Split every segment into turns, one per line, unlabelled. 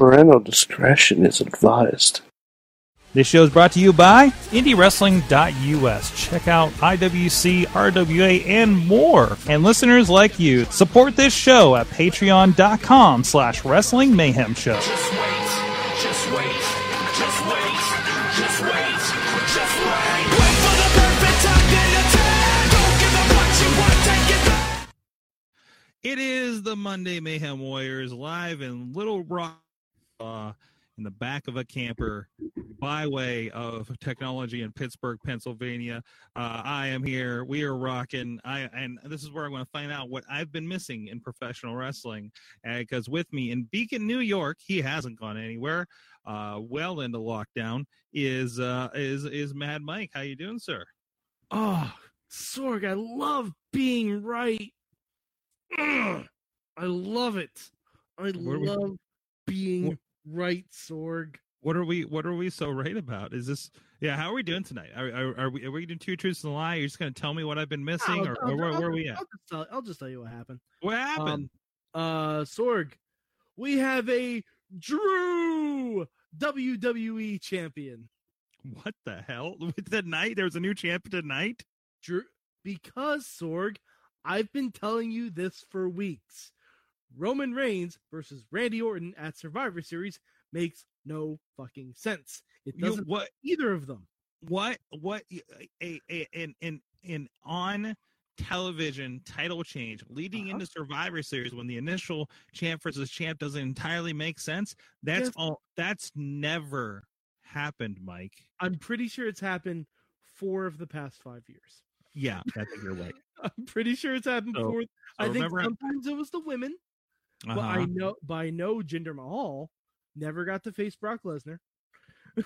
Parental discretion is advised.
This show is brought to you by IndieWrestling.us. Check out IWC, RWA, and more. And listeners like you, support this show at patreon.com slash wrestling mayhem show.
Just wait, just wait, just wait, just wait, just wait. Wait for the perfect time and attack. Don't give up what you want, take it back.
It is the Monday Mayhem Warriors live in Little Rock uh, in the back of a camper by way of technology in Pittsburgh, Pennsylvania. Uh, I am here. We are rocking. I and this is where I'm going to find out what I've been missing in professional wrestling. Because with me in Beacon, New York, he hasn't gone anywhere. Uh, well into lockdown is uh, is is Mad Mike. How you doing, sir?
Oh, Sorg, I love being right. Ugh, I love it. I
Where we-
love being
Wh-
right, Sorg.
what are we what are we so right about is this yeah how are we doing tonight are, are, are we are we doing two truths and a lie you're just going to tell me what i've been missing
I'll-
or,
I'll-
or where,
I'll-
where are we at
I'll just, tell, I'll just tell you what happened.
what happened
Um, Uh, Sorg, we have a Drew WWE champion.
what the hell tonight there was a new champion tonight
Drew, because Sorg, I've been telling you this for weeks. Roman Reigns versus Randy Orton at Survivor Series makes no fucking sense. It
you,
doesn't
what
either of them.
what what a, a, an, an, an on television title change leading
Uh-huh.
into survivor series when the initial champ versus champ doesn't entirely make sense that's
Yes.
all that's never happened mike
I'm pretty sure it's happened four of the past five years.
yeah i think you're right
I'm pretty sure it's happened
So-
four. I think
remember-
sometimes it was the women, but
Uh-huh.
I know by no Jinder Mahal never got to face Brock Lesnar.
Uh-huh.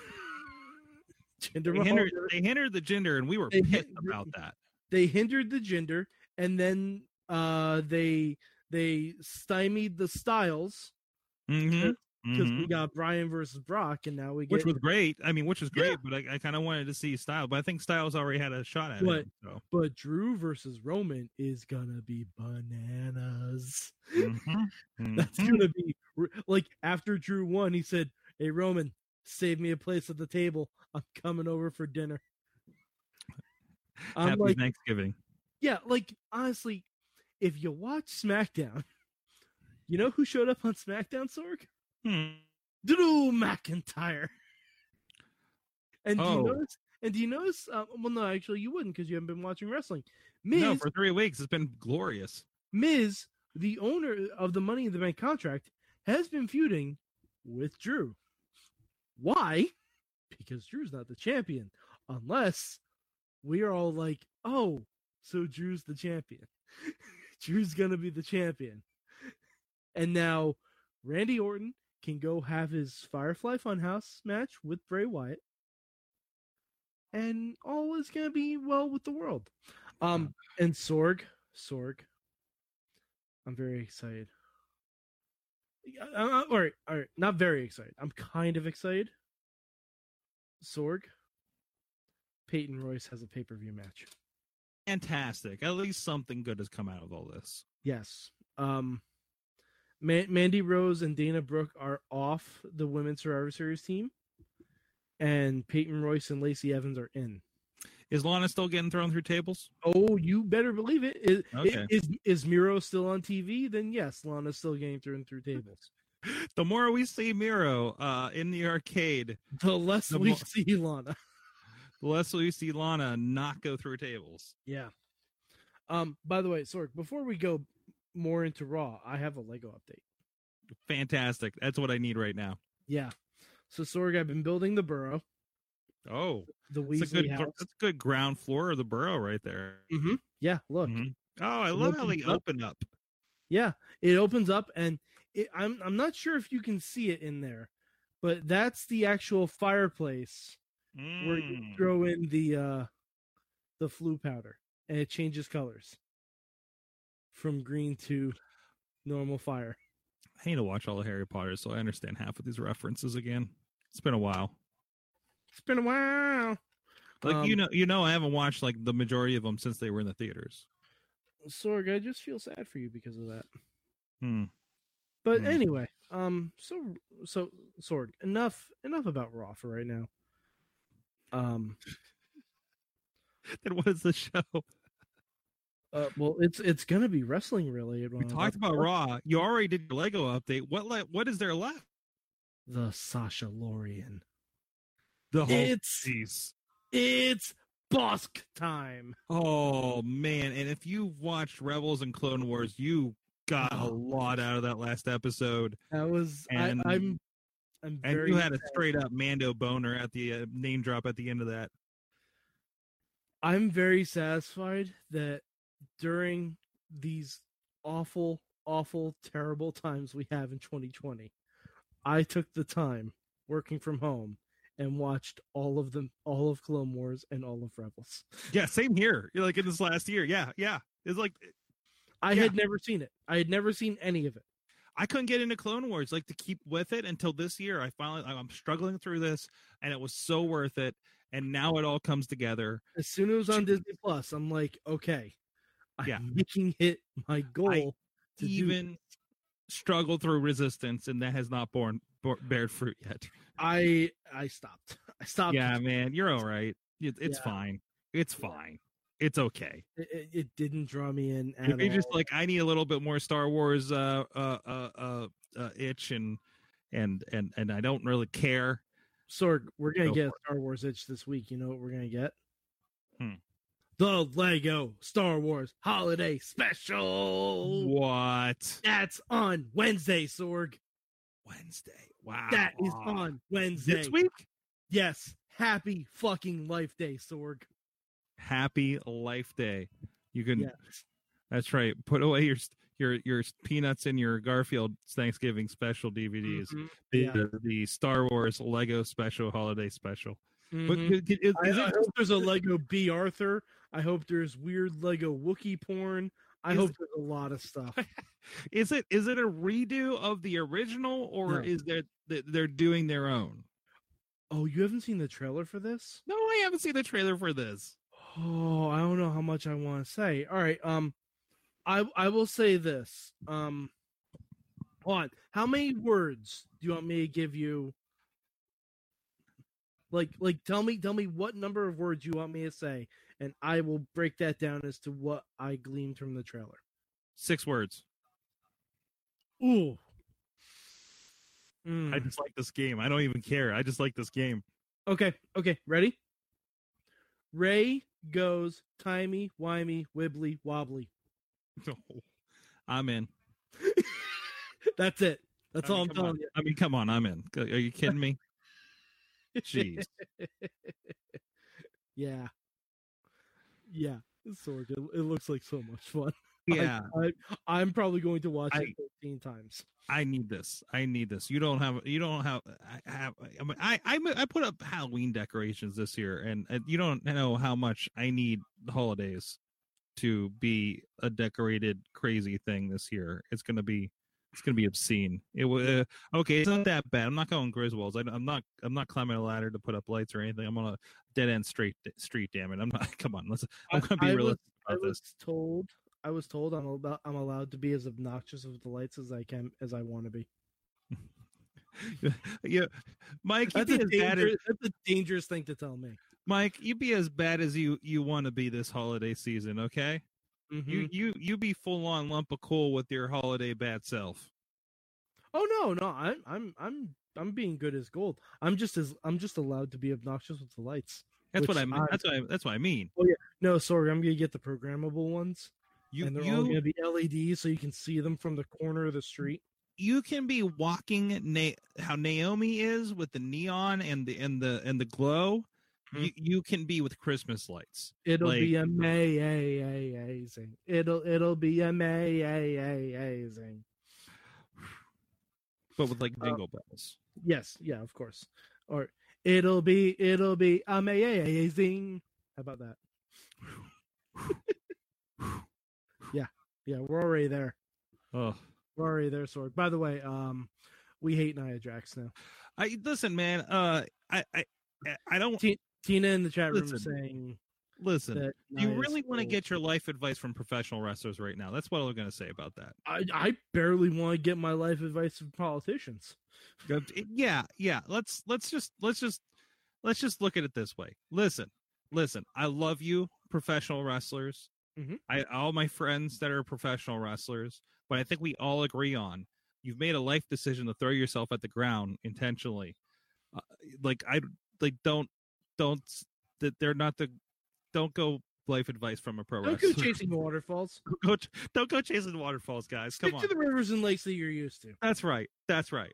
Jinder
They
Mahal,
hindered,
never-
they hindered the gender, and we were
They
pissed
hin-
about that.
they hindered the gender, and then uh, they they stymied the Styles
Mhm,
because
mhm.
we got Brian versus Brock, and now we
Which
get
was great. I mean, which was great,
Yeah.
but I, I kind of wanted to see Styles. But I think Styles already had a shot at
What?
it. So.
but Drew versus Roman is gonna be bananas.
Mhm,
That's
mhm.
gonna be r- like after Drew won, he said, "Hey Roman, save me a place at the table. I'm coming over for dinner." I'm
Happy
like,
Thanksgiving.
yeah, like honestly, if you watch SmackDown, you know who showed up on SmackDown, Sorg?
Hmm.
Drew McIntyre. And do
Oh.
you notice? And do you notice? Uh, well, no, actually, you wouldn't because you haven't been watching wrestling. Miz,
No, for three weeks, it's been glorious.
Miz, the owner of the Money in the Bank contract, has been feuding with Drew. Why? Because Drew's not the champion, unless we are all like, oh, so Drew's the champion. Drew's gonna be the champion. And now Randy Orton can go have his Firefly Funhouse match with Bray Wyatt. And all is gonna be well with the world. Um and Sorg, Sorg. I'm very excited. Yeah, I- I- all right, all right. Not very excited. I'm kind of excited. Sorg. Peyton Royce has a pay per view match.
Fantastic. At least something good has come out of all this.
Yes. Um, Ma- Mandy Rose and Dana Brooke are off the women's Survivor Series team, and Peyton Royce and Lacey Evans are in.
Is Lana still getting thrown through tables?
Oh, you better believe it. Is
Okay.
is, is Miro still on TV? Then yes, Lana's still getting through and through tables.
The more we see Miro uh, in the arcade,
The less
The
we
mo-
see Lana.
the less we see Lana not go through tables.
Yeah. Um. By the way, Sork, before we go more into Raw, I have a Lego update.
Fantastic. That's what I need right now.
Yeah. So Sorg, I've been building the burrow,
Oh.
the Weasley
It's a good, gr-
house.
that's a good ground floor of the borough right there.
Mm-hmm. Yeah. Look.
Mhm. Oh, I love how they
opens up.
open up.
Yeah, it opens up, and it, I'm I'm not sure if you can see it in there, but that's the actual fireplace where you
Mm.
throw in the uh the flu powder, and it changes colors from green to normal fire.
I need to watch all the Harry Potter, so I understand half of these references again. It's been a while.
It's been a while.
Like you
Um,
know, you know, I haven't watched like the majority of them since they were in the theaters.
Sorg, I just feel sad for you because of that.
Hmm.
But
Hmm.
anyway, um, so so sword. Enough enough about Raw for right now. Um,
Then what is the show?
uh, well, it's it's gonna be wrestling related.
We talked about Raw. You already did your Lego update. What le- what is there left?
the Sasha Lorian.
The whole
It's-
piece.
It's Bosk time.
Oh man! And if you've watched Rebels and Clone Wars, you got a
Oh.
lot out of that last episode,
That was
And-
I, I'm I'm
and
very
you had a straight up Mando boner at the uh, name drop at the end of that.
I'm very satisfied that during these awful, awful, terrible times we have in 2020, I took the time working from home and watched all of them, all of Clone Wars and all of Rebels.
Yeah, same here. You're like in this last year. Yeah, yeah. It's like
I
Yeah.
had never seen it. I had never seen any of it.
I couldn't get into Clone Wars, like to keep with it until this year. I finally, I'm struggling through this, and it was so worth it. And now it all comes together.
As soon as it was on Disney Plus, I'm like, okay, I'm
Yeah.
making it my goal to do
Even struggled through Resistance, and that has not borne bore, bared fruit yet.
I I stopped. I stopped.
Yeah, man, you're all right. It, it's
Um, Yeah.
fine. It's fine. It's okay.
It, it, it didn't draw me in at
If you're just
all.
like, I need a little bit more Star Wars uh, uh, uh, uh, uh, itch, and and and and I don't really care.
Sorg, we're gonna
Go
get a Star Wars itch this week. You know what we're gonna get?
Hmm.
The Lego Star Wars Holiday Special.
What
That's on Wednesday, Sorg.
Wednesday? Wow,
That is on Wednesday.
Ah. this week.
Yes. Happy fucking life day, Sorg.
Happy Life Day. You can.
Yes.
That's right. Put away your your your peanuts in your Garfield Thanksgiving special DVDs.
Mhm.
The,
Yeah.
the Star Wars Lego Special Holiday Special. But
Mhm.
could- could- is,
I,
is
I
it
hope there's a Lego B Arthur. I hope there's weird Lego Wookiee porn. I
Is-
hope there's a lot of stuff.
is it is it a redo of the original or
No.
is there that they're doing their own?
Oh, you haven't seen the trailer for this?
No, I haven't seen the trailer for this.
Oh, I don't know how much I want to say. All right, um, I I will say this. Um, hold on. How many words do you want me to give you? Like, like, tell me, tell me what number of words you want me to say, and I will break that down as to what I gleaned from the trailer.
Six words.
Ooh. Mm.
I just like this game. I don't even care. I just like this game.
Okay, okay, ready? Ray goes timey, wimey, wibbly, wobbly.
I'm in.
That's it. That's
I
all
mean, come
I'm telling
on.
you.
I mean, come on. I'm in. Are you kidding me? Jeez.
yeah. Yeah. Sorg, it, it looks like so much fun. I-
Yeah.
I, am probably going to watch
I-
it 15 times.
I need this. I need this. You don't have. You don't have. I have. I mean, I I, I put up Halloween decorations this year, and uh, you don't know how much I need the holidays to be a decorated crazy thing this year. It's gonna be. It's gonna be obscene. It was uh, okay. It's not that bad. I'm not going Griswolds. I, am not. I'm not climbing a ladder to put up lights or anything. I'm on a dead end street. Street. Damn it. I'm not. Come on. Let's. I'm gonna be
I was-
realistic
I
about this.
was told I was told I'm about I'm allowed to be as obnoxious with the lights as I can as I want to be.
yeah, Mike. You'd
That's
be
a,
as bad as
danger- that's a dangerous thing to tell me.
Mike, you be as bad as you you want to be this holiday season, okay? You
Mm-hmm.
you you be full on lump of coal with your holiday bad self.
Oh no, no, I'm I'm I'm I'm being good as gold. I'm just as I'm just allowed to be obnoxious with the lights.
That's what
Which
I mean.
I-
That's what I, that's what I mean.
No, sorry, I'm gonna get the programmable ones.
You
and they're all
you
going to be LEDs, so you can see them from the corner of the street.
you can be walking Na- how Naomi is with the neon and the and the and the glow.
Mhm.
You you can be with Christmas lights.
It'll be
Like-
amazing. It'll it'll be amazing.
But with like
Uh,
jingle bells.
Yes, yeah, of course. Or it'll be it'll be amazing. How about that? yeah, yeah, we're already there.
Oh.
We're already there, Sorg. By the way, um, we hate Nia Jax now.
I listen, man, uh I I I- I don't
Tina in the chat room is
Listen.
saying
Listen,
that
do you
Nia
really want to
stole.
get your life advice from professional wrestlers right now? That's what I'm going to say about that.
I, I barely want to get my life advice from politicians.
Go- yeah yeah let's let's just let's just let's just look at it this way listen listen i love you professional wrestlers
Mhm.
i all my friends that are professional wrestlers but i think we all agree on you've made a life decision to throw yourself at the ground intentionally uh, like i like don't don't s- that they're not the don't go life advice from a pro
Don't go
wrestler
chasing the waterfalls.
Don't go ch- don't go chasing waterfalls guys come
Stick
on
to the rivers and lakes that you're used to.
that's right. That's right.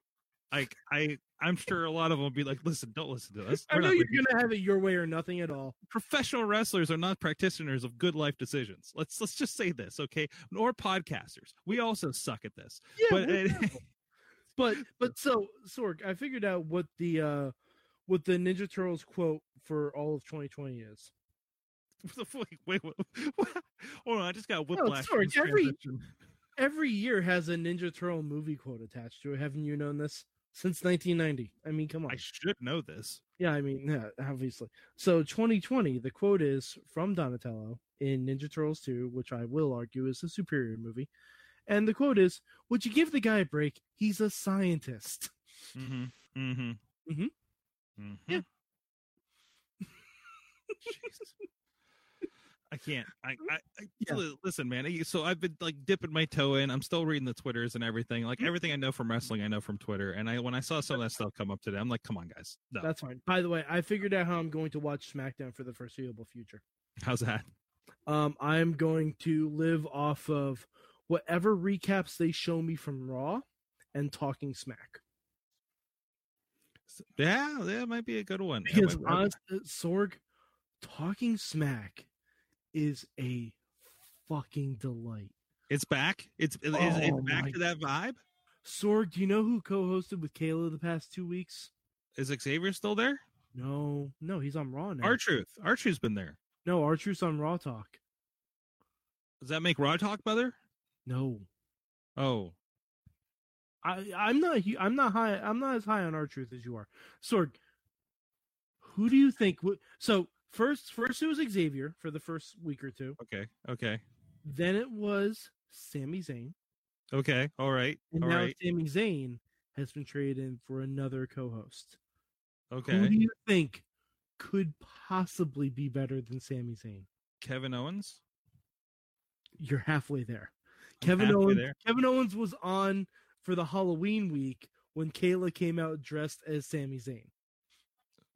Like I, I'm sure a lot of them will be like, "Listen, don't listen to us."
I
We're
know
not
you're
reading-
gonna have it your way or nothing at all.
Professional wrestlers are not practitioners of good life decisions. Let's let's just say this, okay? Nor podcasters. We also suck at this.
Yeah,
but
we're but but so Sorg, I figured out what the uh what the Ninja Turtles quote for all of 2020 is.
wait, wait, wait, hold on. I just got a whiplash. from
Oh, sorry,
this
every-
transition.
Every year has a Ninja Turtle movie quote attached to it. Haven't you known this since 1990? I mean, come on.
I should know this.
yeah, I mean, yeah, obviously. So 2020, the quote is from Donatello in Ninja Turtles 2, which I will argue is a superior movie. And the quote is, "Would you give the guy a break? He's a scientist."
Mm-hmm. Mm-hmm.
Mhm.
Mm-hmm.
Yeah.
Jesus. I can't. I, I, I
Mm, Yeah.
li- listen, man. I- So I've been like dipping my toe in. I'm still reading the twitters and everything. Like
Mm.
everything I know from wrestling, I know from Twitter. And I when I saw some of that stuff come up today, I'm like, come on, guys. No.
That's fine. By the way, I figured out how I'm going to watch SmackDown for the foreseeable future.
How's that?
Um, I'm going to live off of whatever recaps they show me from Raw and Talking Smack.
Yeah, that might be a good one. That
Because
might be-
honestly, Sorg, Talking Smack is a fucking delight.
it's back. It's it's,
Oh
it's
my-
back to that vibe.
Sorg, do you know who co-hosted with Kayla the past two weeks?
Is Xavier still there?
No, no, he's on Raw now.
Our truth. Our truth's been there.
no, Archer's on Raw Talk.
Does that make Raw Talk better?
No,
Oh,
I, I'm not. hu- I'm not high. I'm not as high on our truth as you are, Sorg. Who do you think? would so first, first it was Xavier for the first week or two.
okay, okay,
Then it was Sami Zayn,
okay. All right,
and
all
now
right.
Sami Zayn has been traded in for another co-host. Who
Okay.
do you think could possibly be better than Sami Zayn?
Kevin Owens.
You're halfway there.
I'm
Kevin
halfway
Owens.
there.
Kevin Owens was on for the Halloween week when Kayla came out dressed as Sami Zayn.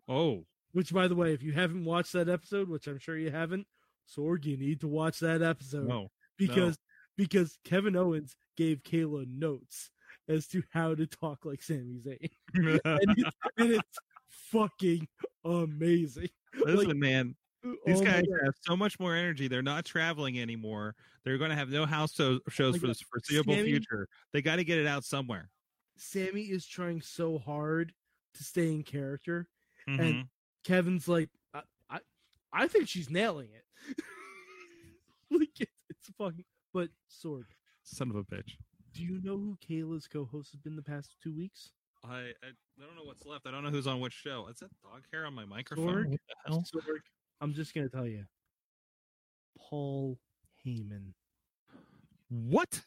Oh,
Which, by the way, if you haven't watched that episode, which I'm sure you haven't, Sorg, you need to watch that episode
no.
because because Kevin Owens gave Kayla notes as to how to talk like Sami Zayn, and it's, and it's fucking amazing.
Listen,
like,
man, these
Oh my
guys
God.
have so much more energy. They're not traveling anymore. They're going to have no house shows, shows
Oh my
for
God.
the foreseeable
Sammy-
future. They got to get it out somewhere.
Sammy is trying so hard to stay in character.
Mhm.
Kevin's like, I, I, I think she's nailing it. like it's, it's fucking. But Sorg,
Son of a bitch.
do you know who Kayla's co-host has been the past two weeks?
I, I I don't know what's left. I don't know who's on which show. Is that dog hair on my
Sorg?
microphone? What the hell?
Sorg, I'm just gonna tell you, Paul Heyman.
What?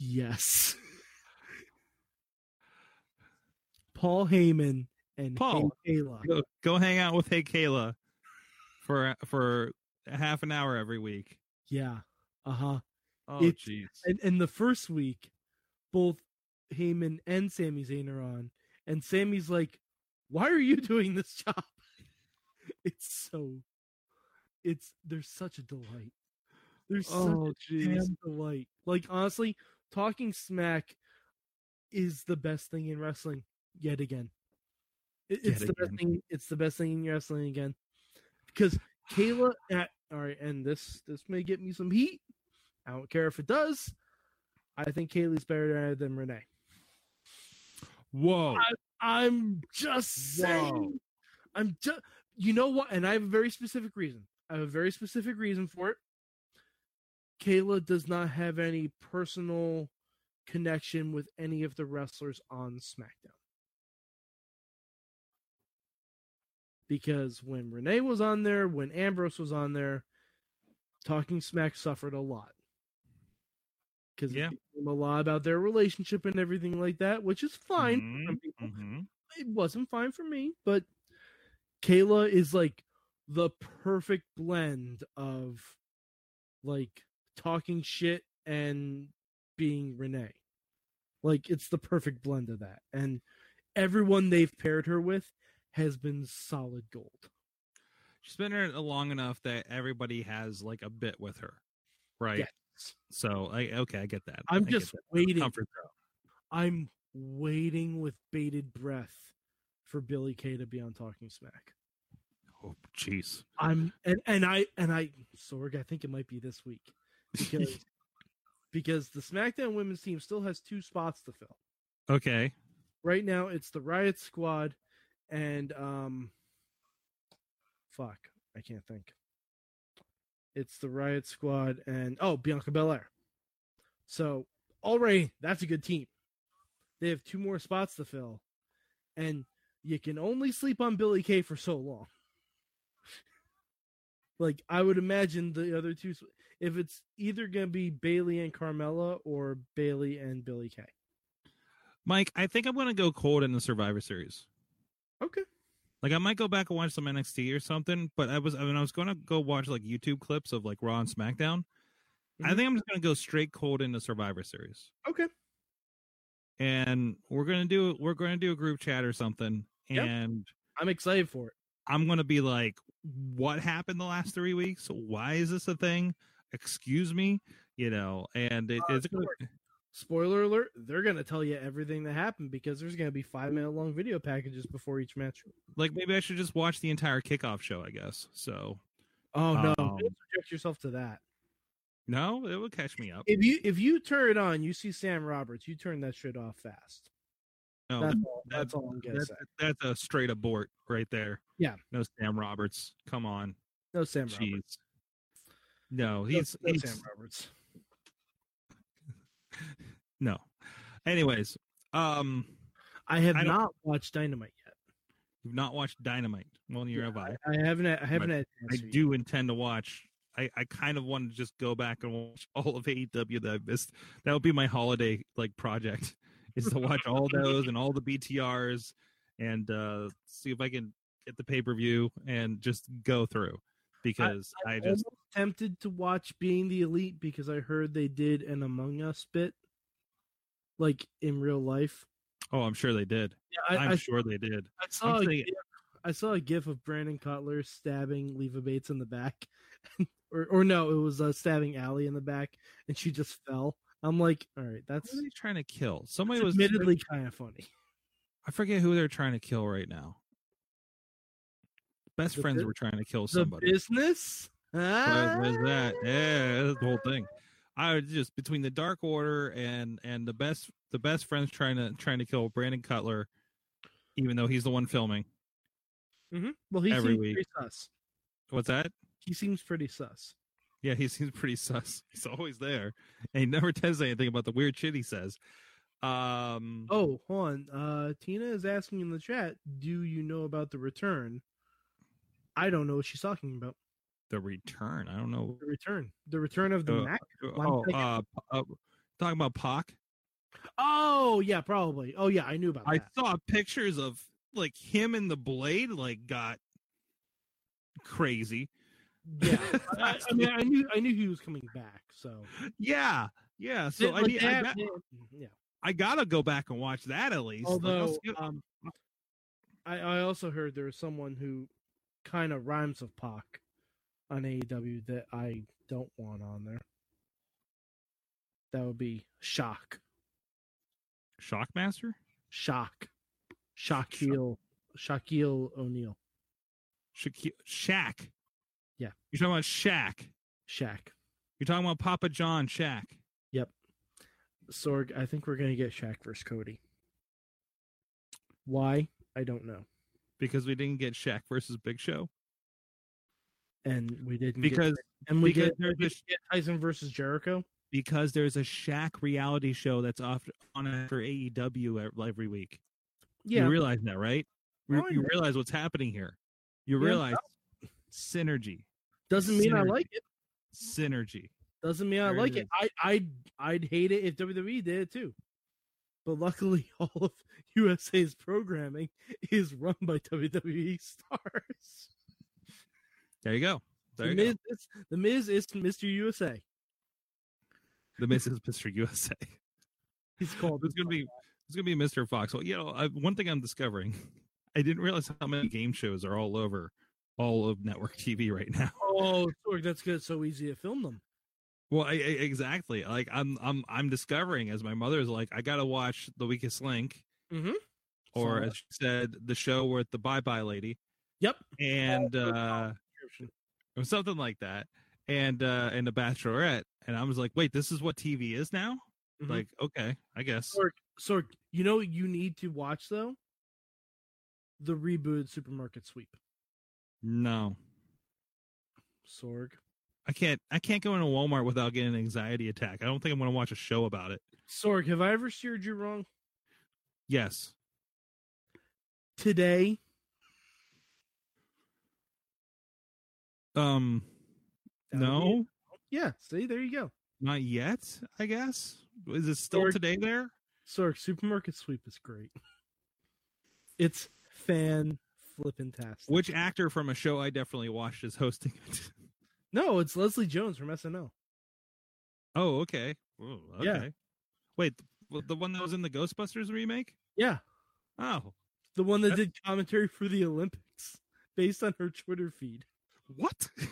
Yes, Paul Heyman and
Paul.
Hey Kayla.
Go, go hang out with Hey Kayla for for a half an hour every week.
Yeah, uh huh.
Oh
It's-
jeez.
And and the first week, both Heyman and Sami Zayn are on, and Sammy's like, "Why are you doing this job?" It's so, it's there's such a delight. There's such
Oh jeez.
damn delight. Like honestly, talking smack is the best thing in wrestling yet again. It-
Yet
it's the best
again.
thing. It's the best thing in wrestling again because Kayla. At, all right, and this this may get me some heat. I don't care if it does. I think Kaylee's better than Renee.
Whoa.
I'm just saying.
Whoa.
I'm just. You know what? And I have a very specific reason. I have a very specific reason for it. Kayla does not have any personal connection with any of the wrestlers on SmackDown. because when Renee was on there, when Ambrose was on there, Talking Smack suffered a lot because
Yeah.
it became a lot about their relationship and everything like that, which is fine.
Mm-hmm.
for some people.
Mhm.
It wasn't fine for me, but Kayla is like the perfect blend of like talking shit and being Renee. Like it's the perfect blend of that. And everyone they've paired her with has been solid gold.
She's been there long enough that everybody has like a bit with her, right?
Yes.
So I okay, I get that.
I'm
I get
just
that.
waiting.
comfort zone.
I'm waiting with bated breath for Billy Kay to be on Talking Smack.
Oh, jeez.
I'm and, and I and I Sorg, I think it might be this week. Because because the SmackDown women's team still has two spots to fill.
Okay.
Right now it's the Riot Squad and um fuck, I can't think. It's the Riot Squad and oh Bianca Belair. So already that's a good team. They have two more spots to fill, and you can only sleep on Billy Kay for so long. like I would imagine the other two, s- if it's either gonna be Bailey and Carmella or Bailey and Billy Kay.
Mike, I think I'm gonna go cold in the Survivor series.
Okay.
Like I might go back and watch some NXT or something, but I was I mean I was gonna go watch like YouTube clips of like Raw and SmackDown. I
Mhm.
think I'm just gonna go straight cold into Survivor series.
Okay.
And we're gonna do we're gonna do a group chat or something.
Yep.
And
I'm excited for it.
I'm gonna be like, what happened the last three weeks? Why is this a thing? Excuse me, you know, and it,
Uh,
it's gonna-
Spoiler alert, they're gonna tell you everything that happened because there's gonna be five minute long video packages before each match.
like maybe I should just watch the entire kickoff show, I guess. So
Oh no,
Um,
don't subject yourself to that.
no, it would catch me up.
If you if you turn it on, you see Sam Roberts, you turn that shit off fast.
No,
that's,
that-
all, that's all I'm gonna
that-
say.
that's a straight abort right there.
Yeah.
No Sam Roberts. Come on.
No Sam
Jeez.
Roberts.
No,
No-
he's
no
he's
Sam Roberts.
no. Anyways, um
I have
I don't-
not watched Dynamite yet.
you've not watched Dynamite. Well, neither
Yeah,
have I.
I haven't. had- I haven't had. a
I
chance yet.
do intend to watch. I, I kind of want to just go back and watch all of AEW that I missed. That would be my holiday like project is to watch all those and all the BTRs and uh see if I can get the pay per view and just go through because I,
I'm
just
almost tempted to watch Being the Elite because I heard they did an Among Us bit, like in real life.
oh I'm sure they did.
Yeah, I,
I'm
I,
sure they did.
I saw a
I'm saying-
gif, I saw a gif of Brandon Cutler stabbing Leva Bates in the back, or or no, it was uh, stabbing Allie in the back, and she just fell. I'm like, all right,
Who are
that's
they trying to kill? Somebody was Oh,
admittedly kind of funny.
I forget who they're trying to kill right now. Best
The
friends
bu-
were trying to kill
The
somebody.
business.
What was
Ah.
that? Yeah, that's the whole thing. I was just between the Dark Order and and the best the best friends trying to trying to kill Brandon Cutler, even though he's the one filming.
Mhm. Well, he
Every
seems
week.
pretty sus.
What's that?
He seems pretty sus.
Yeah, he seems pretty sus. He's always there, and he never does anything about the weird shit he says. Um,
Oh, hold on. Uh, Tina is asking in the chat, do you know about the return? I don't know what she's talking about.
the return. I don't know.
The return. The return of the
Uh,
Mac.
Oh,
second.
uh, uh, talking about Pac.
Oh, yeah, probably. Oh, yeah, I knew about
I
that.
saw pictures of like him and the blade like got crazy.
Yeah. I, I mean, I knew I knew he was coming back, so.
Yeah, yeah. So I,
Like
need, I, got,
that- Mm, yeah.
I gotta go back and watch that at least. Like, I'll
Although,
skip-
um, I, I also heard there was someone who kind of rhymes with Pac on AEW that I don't want on there. That would be shock.
Shockmaster,
Shock. Shaquille. Shaquille O'Neal.
Shaq, Shaq.
Yeah.
you're talking about Shaq.
Shaq.
You're talking about Papa John Shaq.
Sorg, I think we're going to get Shaq versus Cody. Why? I don't know.
Because we didn't get Shaq versus Big Show.
And we didn't. get-
Because
and we
because
did
there's this-
get Tyson versus Jericho.
because there's a Shaq reality show that's off on after AEW every week.
Yeah.
You realize that, right? You-
Oh, I
you
know.
realize what's happening here. You
Yeah.
realize synergy,
Doesn't mean I
Synergy.
like it.
synergy.
Doesn't mean I
There it
like it. I I'd I'd hate it if WWE did it too. But luckily, all of USA's programming is run by WWE stars.
There you go. There
The
you
Miz,
go.
is, the Miz is Mr. USA.
The Miz is Mr. USA.
He's called.
It's gonna be it's gonna be Mr. Fox. Well, you know, I, one thing I'm discovering, I didn't realize how many game shows are all over all of network TV right now.
Oh, Sorg, that's good. So easy to film them.
Well, I, I, exactly. Like I'm, I'm, I'm discovering as my mother's like, I gotta watch The Weakest Link,
Mhm.
or
Solid.
as she said, the show with the Bye Bye Lady,
Yep.
and
Oh,
uh, or something like that, and uh, and The Bachelorette. And I was like, wait, this is what TV is now.
Mhm.
Like, okay, I guess.
Sorg, Sorg, you know what you need to watch though? The reboot Supermarket Sweep.
No,
Sorg.
I can't. I can't go into Walmart without getting an anxiety attack. I don't think I'm gonna watch a show about it.
Sorg, have I ever steered you wrong?
Yes.
Today,
Um.
That would be
no,
yeah. See, there you go.
not yet. I guess. Is it still
Or-
today there?
Sorg, Supermarket Sweep is great. It's fan flippin' tastic.
Which actor from a show I definitely watched is hosting it?
No, it's Leslie Jones from SNL.
Oh, okay. Ooh, okay.
Yeah.
Wait, th- the one that was in the Ghostbusters remake?
Yeah,
Oh,
the one that
That's-
did commentary for the Olympics based on her Twitter feed.
what? no,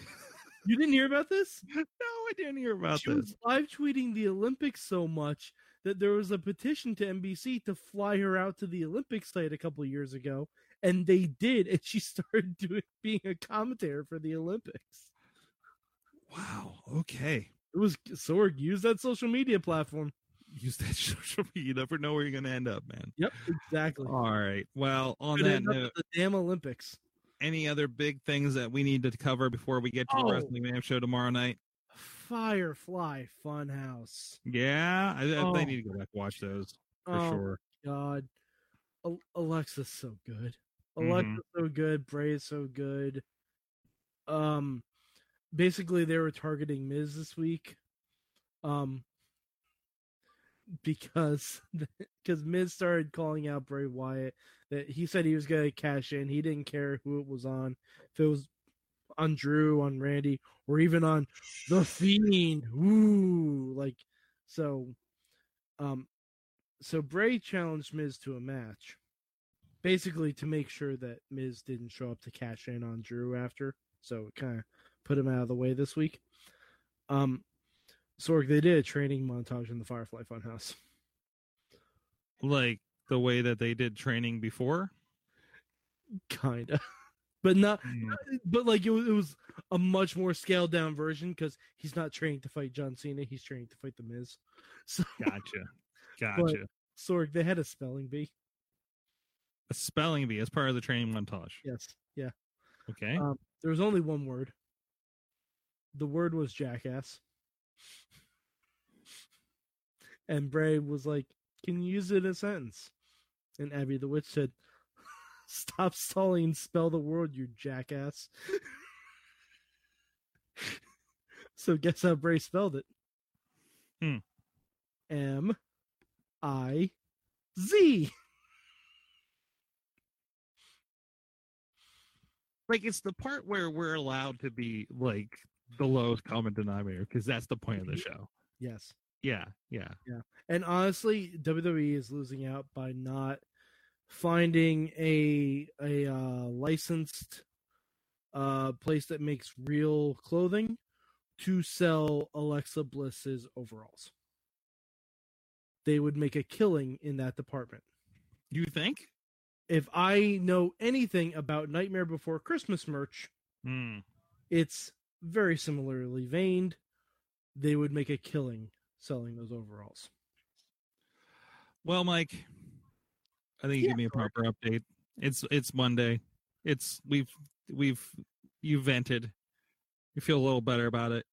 You didn't hear about this?
I didn't hear about
she
this.
was live tweeting the Olympics so much that there was a petition to NBC to fly her out to the Olympic site a couple years ago, and they did, and she started doing being a commentator for the Olympics.
Wow. Okay.
It was Sorg used that social media platform.
Use that social media. You never know where you're going to end up, man.
Yep, exactly.
All right. Well, on
Could
that
end up
note,
at the damn Olympics.
any other big things that we need to cover before we get to the
Oh.
Wrestling Man show tomorrow night?
Firefly Funhouse.
Yeah, I, I,
Oh.
they need to go back and watch those for
oh
sure.
God, Al- Alexa's so good.
Mhm.
Alexa's so good. Bray is so good. Um, basically they were targeting Miz this week, um, because because Miz started calling out Bray Wyatt that he said he was gonna cash in. He didn't care who it was on, if it was on Drew, on Randy, or even on the Fiend. Ooh, like so. Um, so Bray challenged Miz to a match, basically to make sure that Miz didn't show up to cash in on Drew after. So it kind of put him out of the way this week. Um, Sorg, they did a training montage in the Firefly Funhouse.
Like the way that they did training before.
Kinda, but not.
Hmm,
But like it was, it was a much more scaled down version because he's not training to fight John Cena. He's training to fight the Miz. So
Gotcha. Gotcha.
Sorg, they had a spelling bee.
a spelling bee as part of the training montage.
Yes, yeah.
Okay.
Um, there was only one word. The word was jackass. And Bray was like, "Can you use it in a sentence?" And Abby the witch said, "Stop stalling and spell the word, you jackass." so guess how Bray spelled it?
Hmm.
M I Z.
like it's the part where we're allowed to be like the lowest common denominator because that's the point of the show.
Yes.
Yeah. Yeah.
And honestly, WWE is losing out by not finding a a uh, licensed uh, place that makes real clothing to sell Alexa Bliss's overalls. They would make a killing in that department.
You think?
If I know anything about Nightmare Before Christmas merch,
Hmm.
it's very similarly veined. They would make a killing selling those overalls.
Well, Mike, I think you
Yeah,
give me a
sure.
proper update. It's it's Monday. It's we've we've you vented. You feel a little better about it.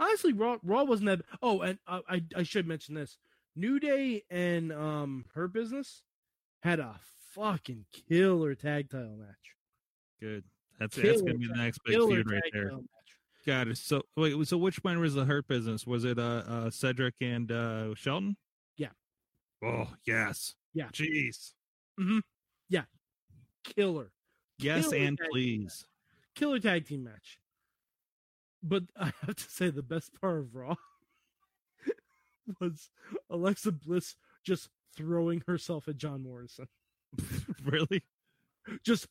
honestly, Raw Raw wasn't that. Oh, and uh, I I should mention this: New Day and um her business had a fucking killer tag title match.
Good. That's it. That's gonna
Killer
be the next big
Killer
feud right
tag
there.
title match.
Got it. So wait, so which one was the Hurt Business? Was it uh, uh Cedric and uh Shelton?
Yeah.
Oh yes.
Yeah.
Jeez.
Killer.
Yes
Killer
and
tag team
please.
Killer tag team match. But I have to say the best part of Raw was Alexa Bliss just throwing herself at John Morrison.
really?
Just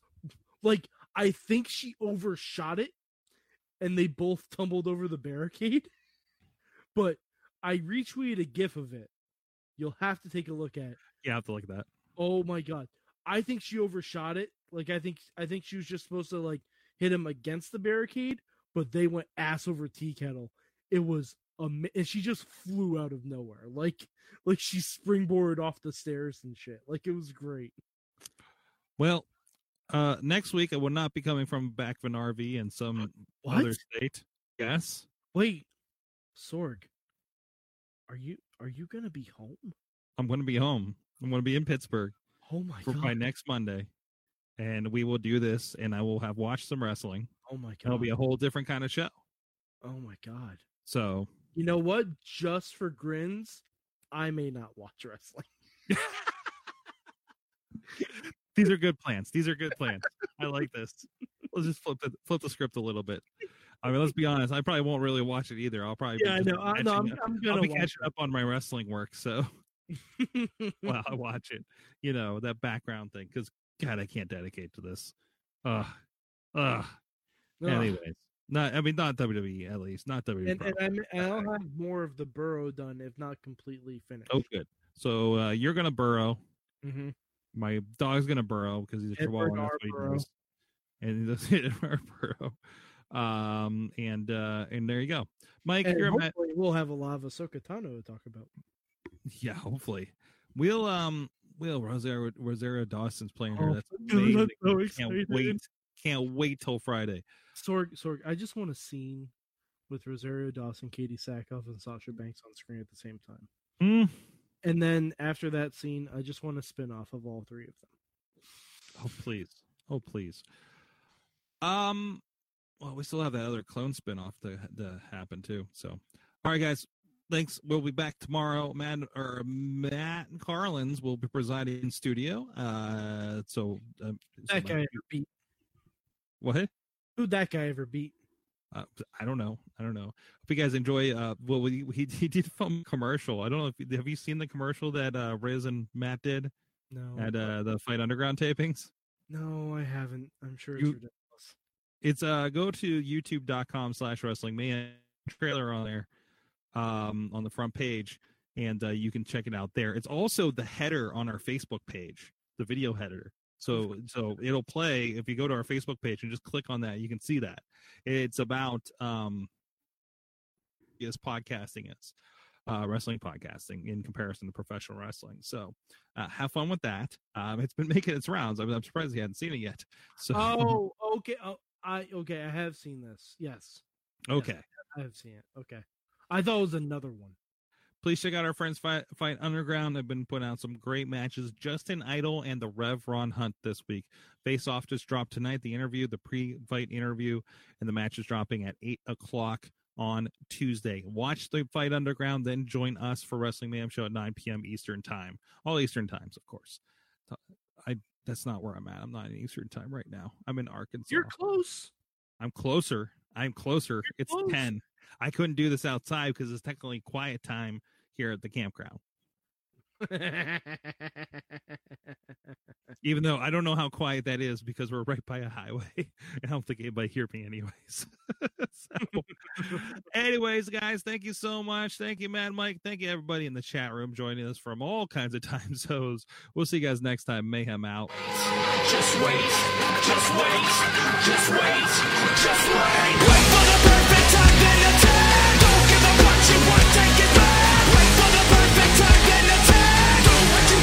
like I think she overshot it and they both tumbled over the barricade. But I retweeted a gif of it. You'll have to take a look at.
Yeah, I have to look at that.
Oh my god. I think she overshot it. Like I think I think she was just supposed to like hit him against the barricade, but they went ass over tea kettle. It was am- and she just flew out of nowhere. Like like she springboarded off the stairs and shit. Like it was great.
Well, uh next week I will not be coming from back of an RV in some
What?
other state. Yes.
Wait. Sorg. Are you are you going to be home?
I'm gonna be home. I'm gonna be in Pittsburgh.
Oh my
for
god.
by next Monday, and we will do this, and I will have watched some wrestling.
oh my
It'll
god.
be a whole different kind of show.
oh my god.
So
You know what? Just for grins, I may not watch wrestling.
these are good plans. These are good plans. I like this. Let's just flip the flip the script a little bit. I mean, let's be honest. I probably won't really watch it either. I'll probably
Yeah, I
be
know. I know. I'm,
catching up-
I'm
I'll
gonna
be
watch
catching up on my wrestling work. So
it.
while I watch it, you know that background thing. Because God, I can't dedicate to this. Ugh. Ugh.
Ugh.
Anyways, not. I mean, not WWE. At least not E WWE.
and,
probably.
and I'm, and I'll have more of the burrow done if not completely finished.
Oh, good. So uh, you're gonna burrow.
Mm-hmm.
My dog's gonna burrow because he's a
Edward
chihuahua. and That's
R.
what he
Burrow.
does. And he does hit burrow. Um, and uh, and there you go, Mike.
And
you're a ma-
hopefully we'll have a lot of Ahsoka Tano to talk about.
yeah. Hopefully, we'll um, we'll Rosario Rosario Dawson's playing her.
Oh,
That's
God, I'm
amazing.
so
Can't
excited.
wait. Can't wait till Friday.
Sorg, Sorg, I just want a scene with Rosario Dawson, Katie Sackhoff, and Sasha
Mm-hmm.
Banks on screen at the same time.
Mm,
And then after that scene, I just want a spin off of all three of them.
Oh please. Oh please. Um well we still have that other clone spinoff to to happen too. So all right guys. Thanks. We'll be back tomorrow. Matt or Matt Carlins will be presiding in studio. Uh so um, so
That guy ever beat?
what?
Who that guy ever beat?
Uh, I don't know. I don't know. Hope you guys enjoy. Uh, well, we, he he did film a commercial. I don't know if you- have you seen the commercial that uh, Riz and Matt did
Oh, No,
at uh, the Fight Underground tapings.
no, I haven't. I'm sure it's
You-
ridiculous.
it's uh go to youtube.com slash wrestling man trailer on there um on the front page and uh, you can check it out there it's also the header on our facebook page the video header so so it'll play if you go to our facebook page and just click on that you can see that it's about um is podcasting is uh wrestling podcasting in comparison to professional wrestling so uh, have fun with that um it's been making its rounds I mean, i'm surprised you hadn't seen it yet so
Oh, okay. Oh, I okay. I have seen this. Yes.
okay
I have seen it. Okay. I thought it was another one.
Please check out our friends Fight, Fight Underground. They've been putting out some great matches. Justin Idol and the Rev Ron Hunt this week. Face Off just dropped tonight. The interview, the pre-fight interview, and the match is dropping at eight o'clock on Tuesday. Watch the Fight Underground, then join us for Wrestling Mayhem Show at nine p.m. Eastern Time. All Eastern times, of course. I that's not where I'm at. I'm not in Eastern Time right now. I'm in Arkansas.
You're close.
I'm closer. I'm closer. It's
close.
10. I couldn't do this outside because it's technically quiet time here at the campground. Even though I don't know how quiet that is because we're right by a highway. I don't think anybody hear me anyways. so, anyways, guys, thank you so much. Thank you, Mad Mike. Thank you everybody in the chat room joining us from all kinds of time zones. We'll see you guys next time. Mayhem out.
Just wait, just wait, just wait, just wait. Wait for the perfect time then attack. Don't give up what you want, take it back. Wait for the perfect time then attack. Do what you